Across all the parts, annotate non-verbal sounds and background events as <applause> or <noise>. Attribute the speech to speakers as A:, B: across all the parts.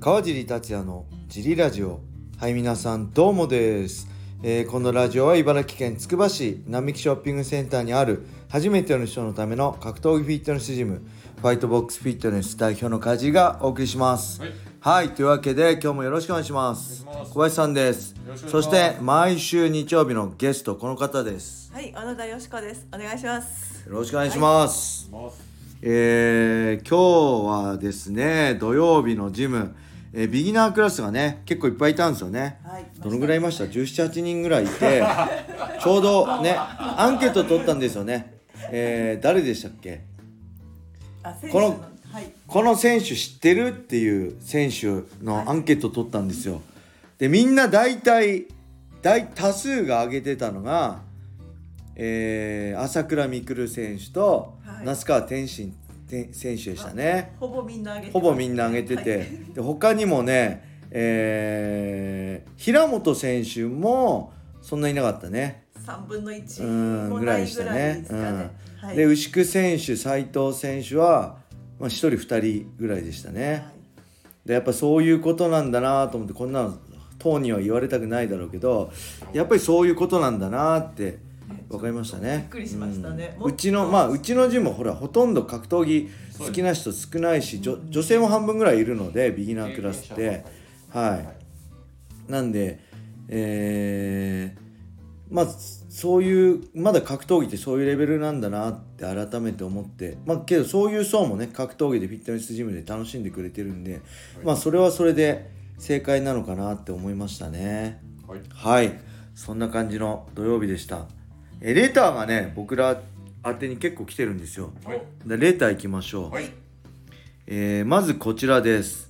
A: 川尻達也のジリラジオはい皆さんどうもです、えーこのラジオは茨城県つくば市並木ショッピングセンターにある初めての人のための格闘技フィットネスジムファイトボックスフィットネス代表の梶井がお送りします
B: はい
A: はいというわけで今日もよろしくお願いします
B: お願いします
A: 小林さんです
B: よろしくお願
A: そ
B: いし
A: し
B: ます
A: て毎週日曜日のゲストこの方です
C: はい、小野田よしこです。お願いします。
A: よろしくお願いします、
B: ます
A: えー今日はですね土曜日のジム、えービギナークラスがね結構いっぱいいたんですよね、
C: はい
A: どのぐらいいました1718人ぐらいい
C: <laughs>
A: てちょうどねアンケート取ったんですよね、えー誰でしたっけ
C: あ、選
A: この
C: はい。
A: この選手知ってるっていう選手のアンケート取ったんですよでみんな大体大多数が挙げてたのが、えー朝倉未来選手と
C: はい
A: 那須川天心天選手でしたね、
C: ほぼみんなあげてます。
A: ほぼみんな上げてて、
C: はい
A: で他にもね、えー平本選手もそんないなかったね、
C: 三分の一
A: うん
C: も
A: ぐ
C: な
A: らい
C: い
A: でし
C: ぐ
A: た
C: らい
A: ね
C: ですかね。はい。
A: で牛久選手斉藤選手は、まあ、1人2人ぐらいでしたね、でやっぱそういうことなんだなと思ってこんなの当人は言われたくないだろうけどやっぱりそういうことなんだなって分かりましたね
C: びっくりしましたね
A: うん
C: もっ
A: う
C: と
A: ちのまあうちのジムほらほとんど格闘技好きな人少ないし女女性も半分ぐらいいるのでビギナークラスってはいなんでえーまあそういうまだ格闘技ってそういうレベルなんだなって改めて思ってまあけどそういう層もね格闘技でフィットネスジムで楽しんでくれてるんでまあそれはそれで正解なのかなって思いましたね
B: はい
A: はいそんな感じの土曜日でしたえレターがね僕ら宛てに結構来てるんですよ
B: はい
A: でレター行きましょう、
B: はい
A: えーまずこちらです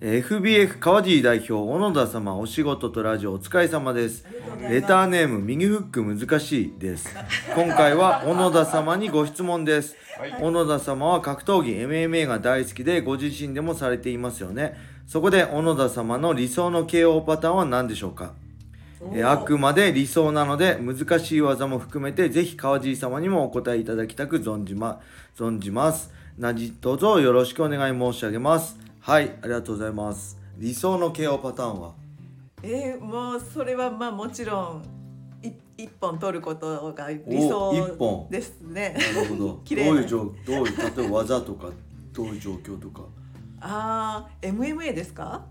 A: えー FBF 川尻代表小野田様お仕事とラジオお疲れ様です
C: りがとうございます
A: レターネーム右フック難しいです今回は小野田様にご質問です、
B: はい
A: 小野田様は格闘技 MMA が大好きでご自身でもされていますよねそこで小野田様の理想の KO パターンは何でしょうかえーあくまで理想なので難しい技も含めてぜひ川尻様にもお答えいただきたく存じま存じますなじとぞよろしくお願い申し上げますはいありがとうございます理想の KO パターンは
C: えー、もうそれはまあもちろんい一本取ることが理
A: お一本
C: 想ですね。
A: なるほど
C: <laughs> 綺麗な
A: どういう状どういう例えば技とかどういう状況とか
C: ああ、MMA ですか？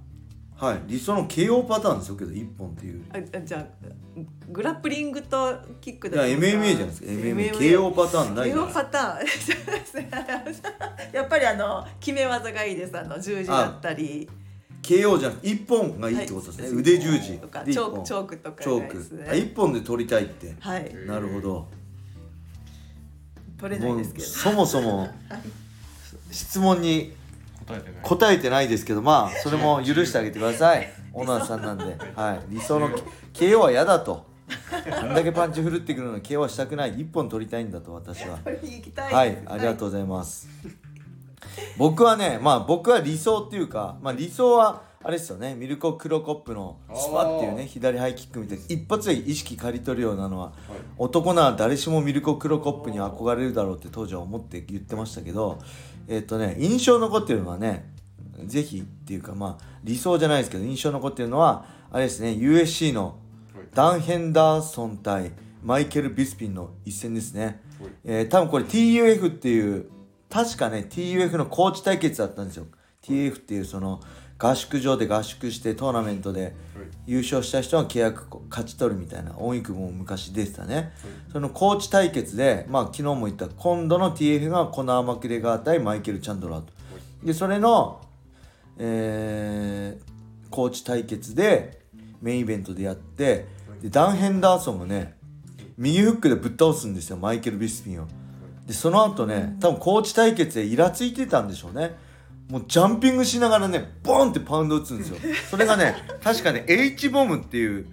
A: はい理想の KO パターンですよけど1本っていうより
C: あ、あじゃあグラップリングとキック
A: い
C: で
A: や MMA じゃないですか MMAKO パターンないじゃない
C: KO パターン <laughs> やっぱりあの決め技がいいですあの十字だったり
A: KO じゃなくて1本がいいってことですね、
C: はい
A: 腕十字
C: とか
A: で
C: チ
A: 一
C: ョー
A: 本
C: クチョークとか
A: チョ
C: がいいです
A: ー
C: ね
A: クあ1本で取りたいって
C: はい
B: え
A: なるほど
C: 取れないですけど
A: もうそもそも質問に
B: 答えてない
A: 答えてないですけどまあそれも許してあげてくださいオナーさんなんで、はい、理想の
C: <laughs>
A: KO は嫌だとあんだけパンチ振るってくるのに KO はしたくない1本取りたいんだと私は
C: 取りに行きたい
A: はい、ありがとうございます。僕はね、まあ僕は理想っていうか、まあ理想は、あれですよね、ミルコ・クロコップのスパっていう
B: あー
A: ね、左ハイキックみたいな、一発で意識刈り取るようなのは、
B: はい
A: 男なら誰しもミルコ・クロコップに憧れるだろうって当時は思って言ってましたけど、えっとね、印象残ってるのはね、ぜひっていうかまあ理想じゃないですけど印象残ってるのはあれですね USC のダン・ヘンダーソン対マイケル・ビスピンの一戦ですね、
B: はい
A: えー多分これ TUF っていう確かね TUF のコーチ対決だったんですよ TUF っていうその合宿場で合宿してトーナメントで優勝した人が契約勝ち取るみたいな音育も昔出てたね、そのコーチ対決で、まあ、昨日も言った今度の TF がコナー・マクレガー対マイケル・チャンドラーとでそれの、えーコーチ対決でメインイベントでやってでダン・ヘンダーソンがね右フックでぶっ倒すんですよマイケル・ビスピンをでその後ね多分コーチ対決でイラついてたんでしょうねもうジャンピングしながらねボーンってパウンド打つんですよそれがね確かね H ボムっていう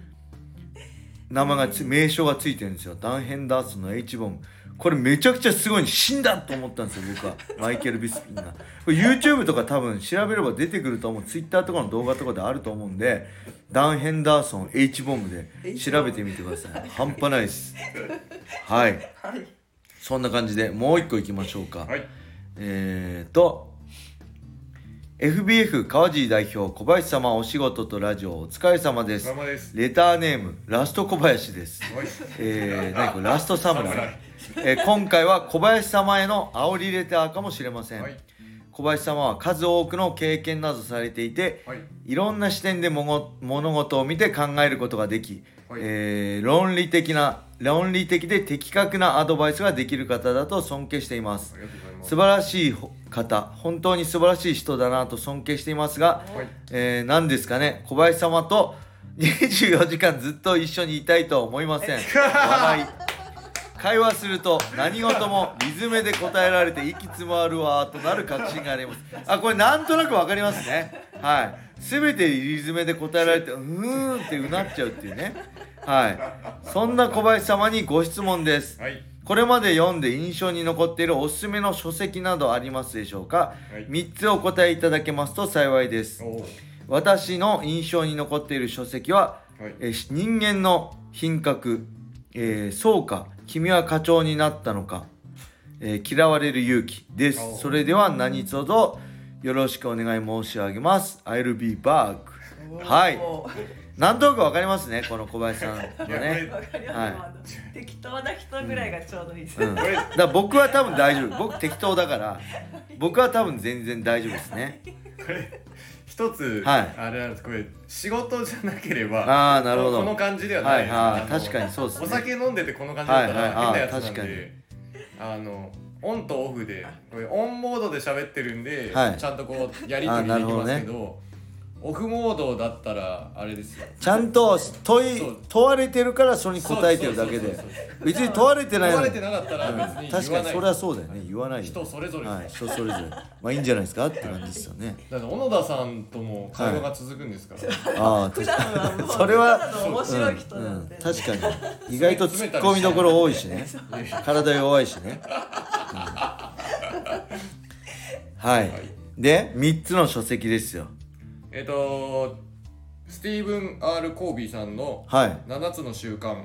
A: 名前がつ名称がついてるんですよダン・ヘンダーソンの H ボムこれめちゃくちゃすごいんで死んだと思ったんですよ <laughs> 僕はマイケル・ビスピンがこれ YouTube とか多分調べれば出てくると思う Twitter とかの動画とかであると思うんでダン・ヘンダーソン H ボムで調べてみてください半端ない <laughs> ですはい
C: はい
A: そんな感じでもう一個いきましょうか、
B: はい
A: えーと FBF 川尻代表小林様お仕事とラジオお疲れ様で
B: お疲
A: す
B: れ様です。
A: レターネームラスト小林です
B: はい
A: えー、何これラストサムラ
B: 侍
A: イ、えー今回は小林様への煽りレターかもしれません、
B: はい
A: 小林様は数多くの経験などされていて、
B: はい
A: いろんな視点で物物事を見て考えることができ、
B: はい
A: えー論理的な論理的で的確なアドバイスができる方だと尊敬しています
B: ありがとうございます。
A: 素晴らしい方本当に素晴らしい人だなと尊敬していますが、
B: はい
A: えー何ですかね小林様と24時間ずっと一緒にいたいとは思いま
B: <laughs>
A: せん笑い会話すると何事もリズムで答えられて息詰まるわーとなる確信がありますあこれなんとなくわかりますねはい全てリズムで答えられてうーんってうなっちゃうっていうねはいそんな小林様にご質問です
B: はい。
A: これまで読んで印象に残っているおすすめの書籍などありますでしょうか、
B: はい
A: 3つお答えいただけますと幸いです
B: おう
A: 私の印象に残っている書籍は
B: はい
A: えーし人間の品格、えーそうか君は課長になったのか、えー嫌われる勇気で
B: おう
A: すそれでは何卒よろしくお願い申し上げます I'll be back はい
C: おー
A: なんとなくわかりますねこの小林さんの
B: いやこれ <laughs>
A: ね
C: わかります、
A: は
C: 適当な人ぐらいがちょうどいいです、
A: うん
B: これ
A: だから僕は多分大丈夫僕適当だから僕は多分全然大丈夫ですね
B: これ一つ、
A: はい
B: あれなんですこれ仕事じゃなければ
A: ああなるほど
B: この感じでは
A: は
B: ないで
A: い
B: す、
A: はい
B: あの
A: 確かにそうですね
B: お酒飲んでてこの感じだったら、
A: はいはい
B: 変なやつなん
A: あー
B: であのオンとオフでこれオンモードで喋ってるんで、
A: はい
B: ちゃんとこうやり取り
A: あーな
B: で
A: る
B: き
A: ほど
B: ま
A: ね
B: すけどオフモードだったらあれですよ
A: ちゃんと問い
B: そう
A: 問われてるからそれに答えてるだけで
B: そうそうそうそう
A: 別に問われてない
B: 問
A: の
B: わ
A: に
B: れてなかったら別に言わない、
A: 確かにそれはそうだよね言わない
B: 人
A: よ
B: それぞれです、
A: はい人それぞれまあいいんじゃないですかって感じですよね
B: だって小野田さんとも会話が続くんですから、
A: ああ
C: <laughs> 普
A: 確か
C: 段はもう
A: それは
C: ただの面白い人
A: にう
C: なん
A: ん
C: で、
A: 確かに意外と突っ込みどころ多いしね
B: い
A: 体弱いしねうんはいで3つの書籍ですよ
B: えっ、とスティーブン・ R ・コービーさんの
A: はい
B: 「7つの習慣」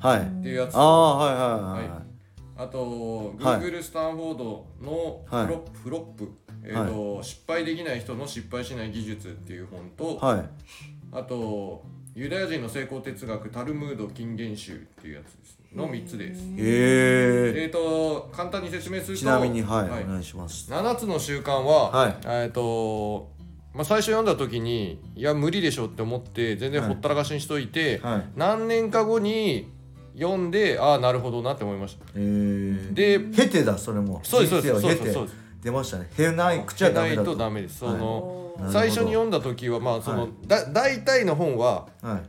A: はい
B: っていうやつ
A: ああはいはいはい
B: は
A: はいい
B: あと
A: はい
B: Google スタンフォードの
A: はい
B: フロップ,、フロップえーと失敗できない人の失敗しない技術っていう本と、
A: はい
B: あとユダヤ人の成功哲学タルムード金言集っていうやつですの3つです。
A: え
B: えっ、と簡単に説明する
A: え
B: と
A: ちなみにはい、お願いします
B: 7つの習慣は、
A: はい
B: えーとまあ、最初読んだ時にいや無理でしょって思って全然
A: はい
B: ほったらかしにしといて、
A: はい
B: 何年か後に読んでああなるほどなって思いました
A: えー、
B: で
A: へてだそれも
B: そうですそうです
A: 人
B: そ
A: 生を経
B: うですそ
A: て
B: うです
A: 出ましたねへない口はダメだ
B: ないと
A: と
B: ダメですその、
C: お
A: なるほど
B: 最初に読んだ時はまあその、
A: はい
B: だ大体の本は
A: はい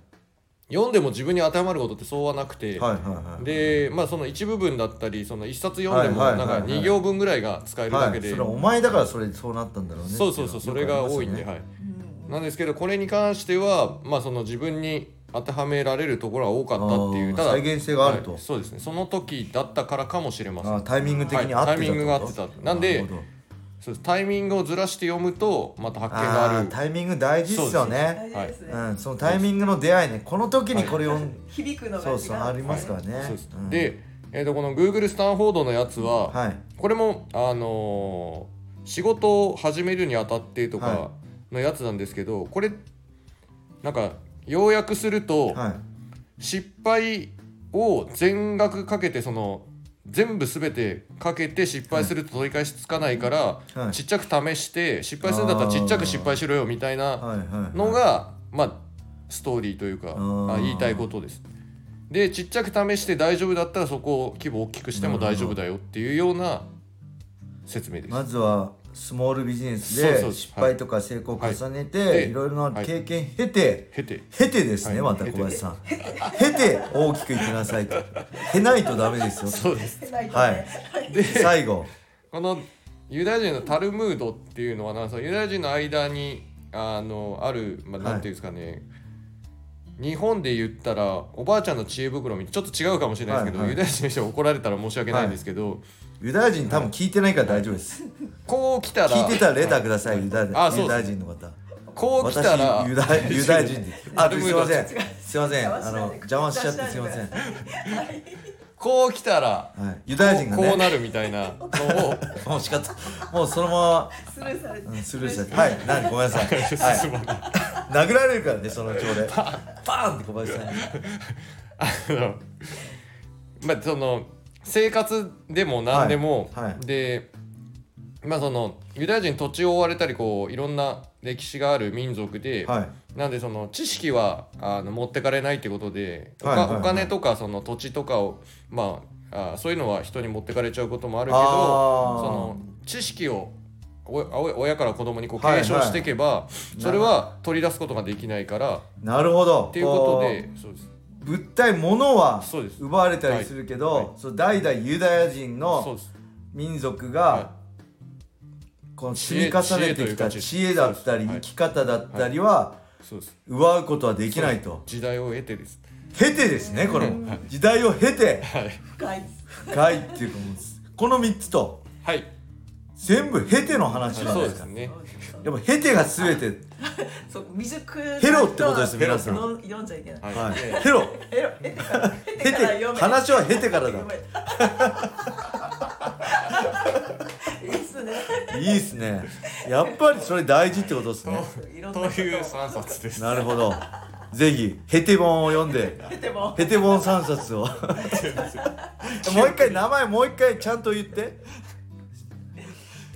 B: 読んでも自分に当てはまることってそうはなくて、
A: はいはいはい
B: でまあその一部分だったりその一冊読んでも
A: はい
B: な
A: はいはい
B: んか
A: はい
B: 2行分ぐらいが使えるだ
A: は
B: け
A: い、
B: で、
A: それお前だからそれそうなったんだろうね
B: そうそうそうそれが多いんで、はい
C: うん
B: なんですけどこれに関してはまあその自分に当てはめられるところが多かったってい
A: あ
B: う
A: ー
B: ただ
A: 再現性があると
B: はいそうですねその時だったからかもしれませ
A: あー
B: ん
A: タイミング的に合ってた
B: はいタイミングが合ってたなんで
A: るほど
B: そうですタイミングをずらして読むとまた発見
A: あ
B: があ
A: あ
B: る
A: ータイミング大事っすよ
C: 大
A: ね
C: 事ですね、
A: うんそのタイミングの出会いねこの時にこれを、
C: 響くのが違
A: そうそうありますからね
B: そうです
A: うん
B: でえーとこの Google スタンフォードのやつは、
A: はい
B: これもあのー仕事を始めるにあたってとか
A: は
B: のやつなんですけど、これなんか要約すると、
A: はい
B: 失敗を全額かけてその全部全てかけて失敗すると取り返しつかないから、
A: はい
B: ちっちゃく試して失敗するんだったらちっちゃく失敗しろよみたいな
A: はいはい
B: の
A: はい
B: が、まあストーリーというか
A: ー
B: あ言いたいことです。でちっちゃく試して大丈夫だったらそこを規模を大きくしても大丈夫だよっていうような説明です。 <laughs>
A: まずはスモールビジネス
B: そうそう
A: で失敗とか成功を重ねて、
B: はい
A: い、ろいろな経験経て、
B: 経て
A: 経てですね、
B: はい
A: また小林さん経て大きくいきなさいと経ないとダメですよ
B: そうです
C: してないとね
A: はい最後
B: このユダヤ人のタルムードっていうのはなんかそのユダヤ人の間にあのある、まあ、
A: はい
B: なんていうんですかね、日本で言ったらおばあちゃんの知恵袋みたいちょっと違うかもしれないですけど、
A: はいはい
B: ユダヤ人の人に怒られたら申し訳ないんですけど、
A: ユダヤ人多分聞いてないから大丈夫です、
B: こう来たら
A: 聞いてたらレターください、ユダヤ
B: あそうです
A: ユダヤ人の方
B: こう来
A: 私
B: たら
A: ユ
B: <laughs>
A: ダユダヤ人ですあすいませんすいません
C: 邪魔
A: あ
C: しない
A: の
C: で
A: 邪魔しちゃってすいません
C: 邪魔しないでください
B: ここう来たら
A: はい、ユダヤ人が
B: こう
A: ね
B: なるみたいなの <laughs> を
A: もう仕方もうそのま
C: スルーされて、
A: ま、うん、スルーしてはい何ごめんなさ
B: <laughs>
A: い、はい、殴られるからねそのうち俺パーンって小林さんに
B: あのまあその生活でも何でも、
A: はいはい
B: でまあそのユダヤ人土地を追われたりこういろんな歴史がある民族で、
A: はい
B: なんでその知識はあの持ってかれないってことで、おか
A: はいはいはい
B: お金とかその土地とかをまああそういうのは人に持ってかれちゃうこともあるけど
A: あー
B: その知識をおお親から子供にこう
A: はいは
B: 継
A: い
B: 承していけば、それは取り出すことができないからっ
A: なるほど
B: ていうことでそうです
A: こう物体物は
B: そうです
A: 奪われたりするけど、
B: はいは
A: その代々ユダヤ人
B: そう
A: の
B: です
A: 民族
B: はい
A: がこの積み重ねてきた
B: 知恵
A: 知恵だったり
B: はい
A: 生き方だったりは
B: そうです
A: 奪うことはできないと
B: 時代を経てです
A: 経てですねこの時代を経て
B: はい
C: 深いです。
A: 深いっていうかもうこの3つと
B: はい
A: 全部経ての話なん
B: そう
A: で
B: ですす
A: か
B: ね
A: やっぱ経てが全て
C: そう未熟な
A: ヘロってことです
C: 人
A: 皆さん
C: の読んじゃいけない。
B: はい、
A: はい
B: いやいや
A: ヘロ
C: ヘロヘ
A: 経
C: から読
A: て
C: め。
A: 話は経てからだ
C: 読めいいっすね。
A: いいですねやっぱりそれ大事ってことですね
C: いろんな
B: と
C: こと
B: いう
C: を
B: 三冊です
A: なるほどぜひヘテ本を読んで
C: 経ても
A: ヘテ本3冊
B: <laughs>
A: をもう一回名前もう一回ちゃんと言って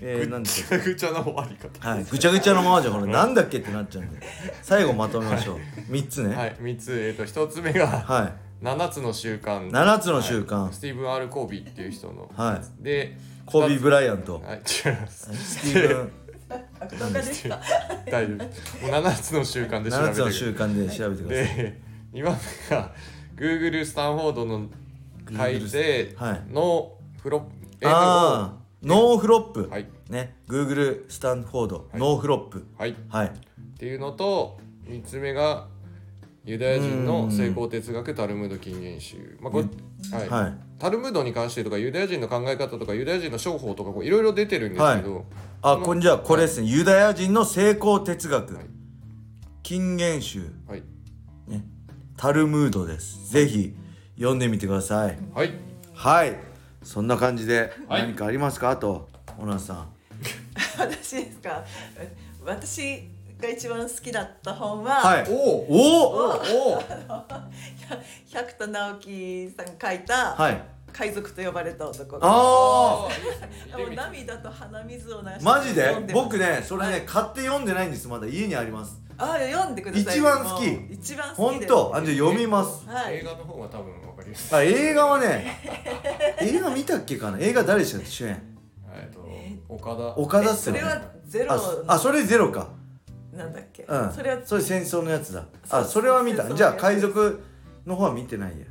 A: えー、なんでしょ
B: ぐちゃぐちゃな終わり方
A: うはいぐちゃぐちゃのままじゃこれなんだっけってなっちゃうんで最後まとめましょう3つねは、
B: はいい三つえっ、と一つ目が七つの習慣
A: 7つの習慣
B: スティーブン・ R ・コービーっていう人の、
A: はい
B: で
A: コービー・
B: 二
A: ブライアント
B: つはい違います
A: スティーブン
C: 悪党家でした。
B: 大丈夫ですもう7つの習慣で調べ
A: 7
B: て
A: つ
B: く
A: の
B: だ
A: 習
B: さ
A: 慣で調べて
B: い
A: ください
B: で2番目が Google スタンフォードの改定
A: はい
B: のフロッ
A: ああノーフロップ、
B: はい
A: ね Google スタンフォード、ノーフロップ
B: はいっ
A: はい
B: ていうのと3つ目がユダヤ人の成功哲学タルムード禁言集まあこれはい、
A: はい
B: タルムードに関してとかユダヤ人の考え方とかユダヤ人の商法とかこういろいろ出てるんですけど、
A: あこんじゃあこれですね、ユダヤ人の成功哲学、
B: はい
A: 禁言集、
B: はい
A: ね、タルムードですぜひ読んでみてください
B: はい
A: はいそんな感じで
B: はい
A: 何かありますか、あとオナさん
C: 私ですか。私が一番好きだった本は、
A: はい
B: おお
A: おお
B: おお
C: 百田直樹さんが書いた、
A: はい
C: 海賊と呼ばれた男が。
A: ああ
C: もう涙と鼻水を流して
A: マジで
C: 読んます
A: 僕ねそれね、
C: はい
A: 買って読んでないんですまだ家にあります
C: あ読んでください
A: 一番好き
C: もう一番好き
A: 本
C: です
A: 当あじゃあ読みます
C: はい
B: 映画の方が多分わかりやすい。
A: あ映画は
C: <laughs>
A: ね映画見たっけかな映画誰でしたっけ主演
B: えっと岡田。
A: 岡田っす
C: そ
A: よね
C: れはゼロ
A: あ
C: の
A: あそれゼロか
C: なんだっけ、
A: うん
C: それは
A: それ戦争のやつだ
C: そう
A: あそれは見た
C: 戦争のやつ
A: じゃあ海賊の方は見てないや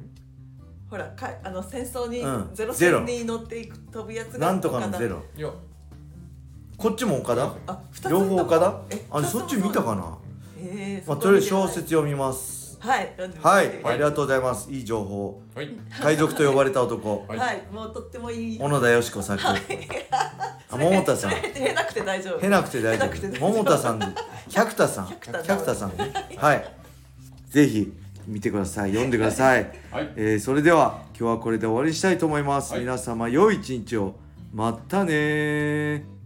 C: ほらかあの戦争に、
A: うん
C: ゼロ
A: ゼロ
C: 戦に乗っていく飛ぶやつが
A: なんとかのゼロ
B: いや
A: こっちも岡田
C: あ二つ
A: 両方岡田
C: え
A: あそっち見たかな
C: えー、
A: まあ
C: そ
A: と
C: こ
A: りあえ
C: 見て
A: ず
C: ない
A: 小説読みます
C: はい読んでみて
A: はい
C: くだ
A: あ
C: さ
A: りがとうございますいい情報
B: はい
A: 海賊と呼ばれた男
B: はい
C: いはい、もうとってもいい
A: 小野田よし子作あ桃田
C: <laughs>
A: さん
C: それへなくて大丈夫
A: へなくて大丈
C: へなくて大
A: 夫
C: 丈夫
A: 桃田さん百田さん
C: 百田
A: 百田さんねはいぜひ見てください読んでください、
B: はい
A: えーそれでは今日はこれで終わりにしたいと思います、
B: はい
A: 皆様良い一日をまたねー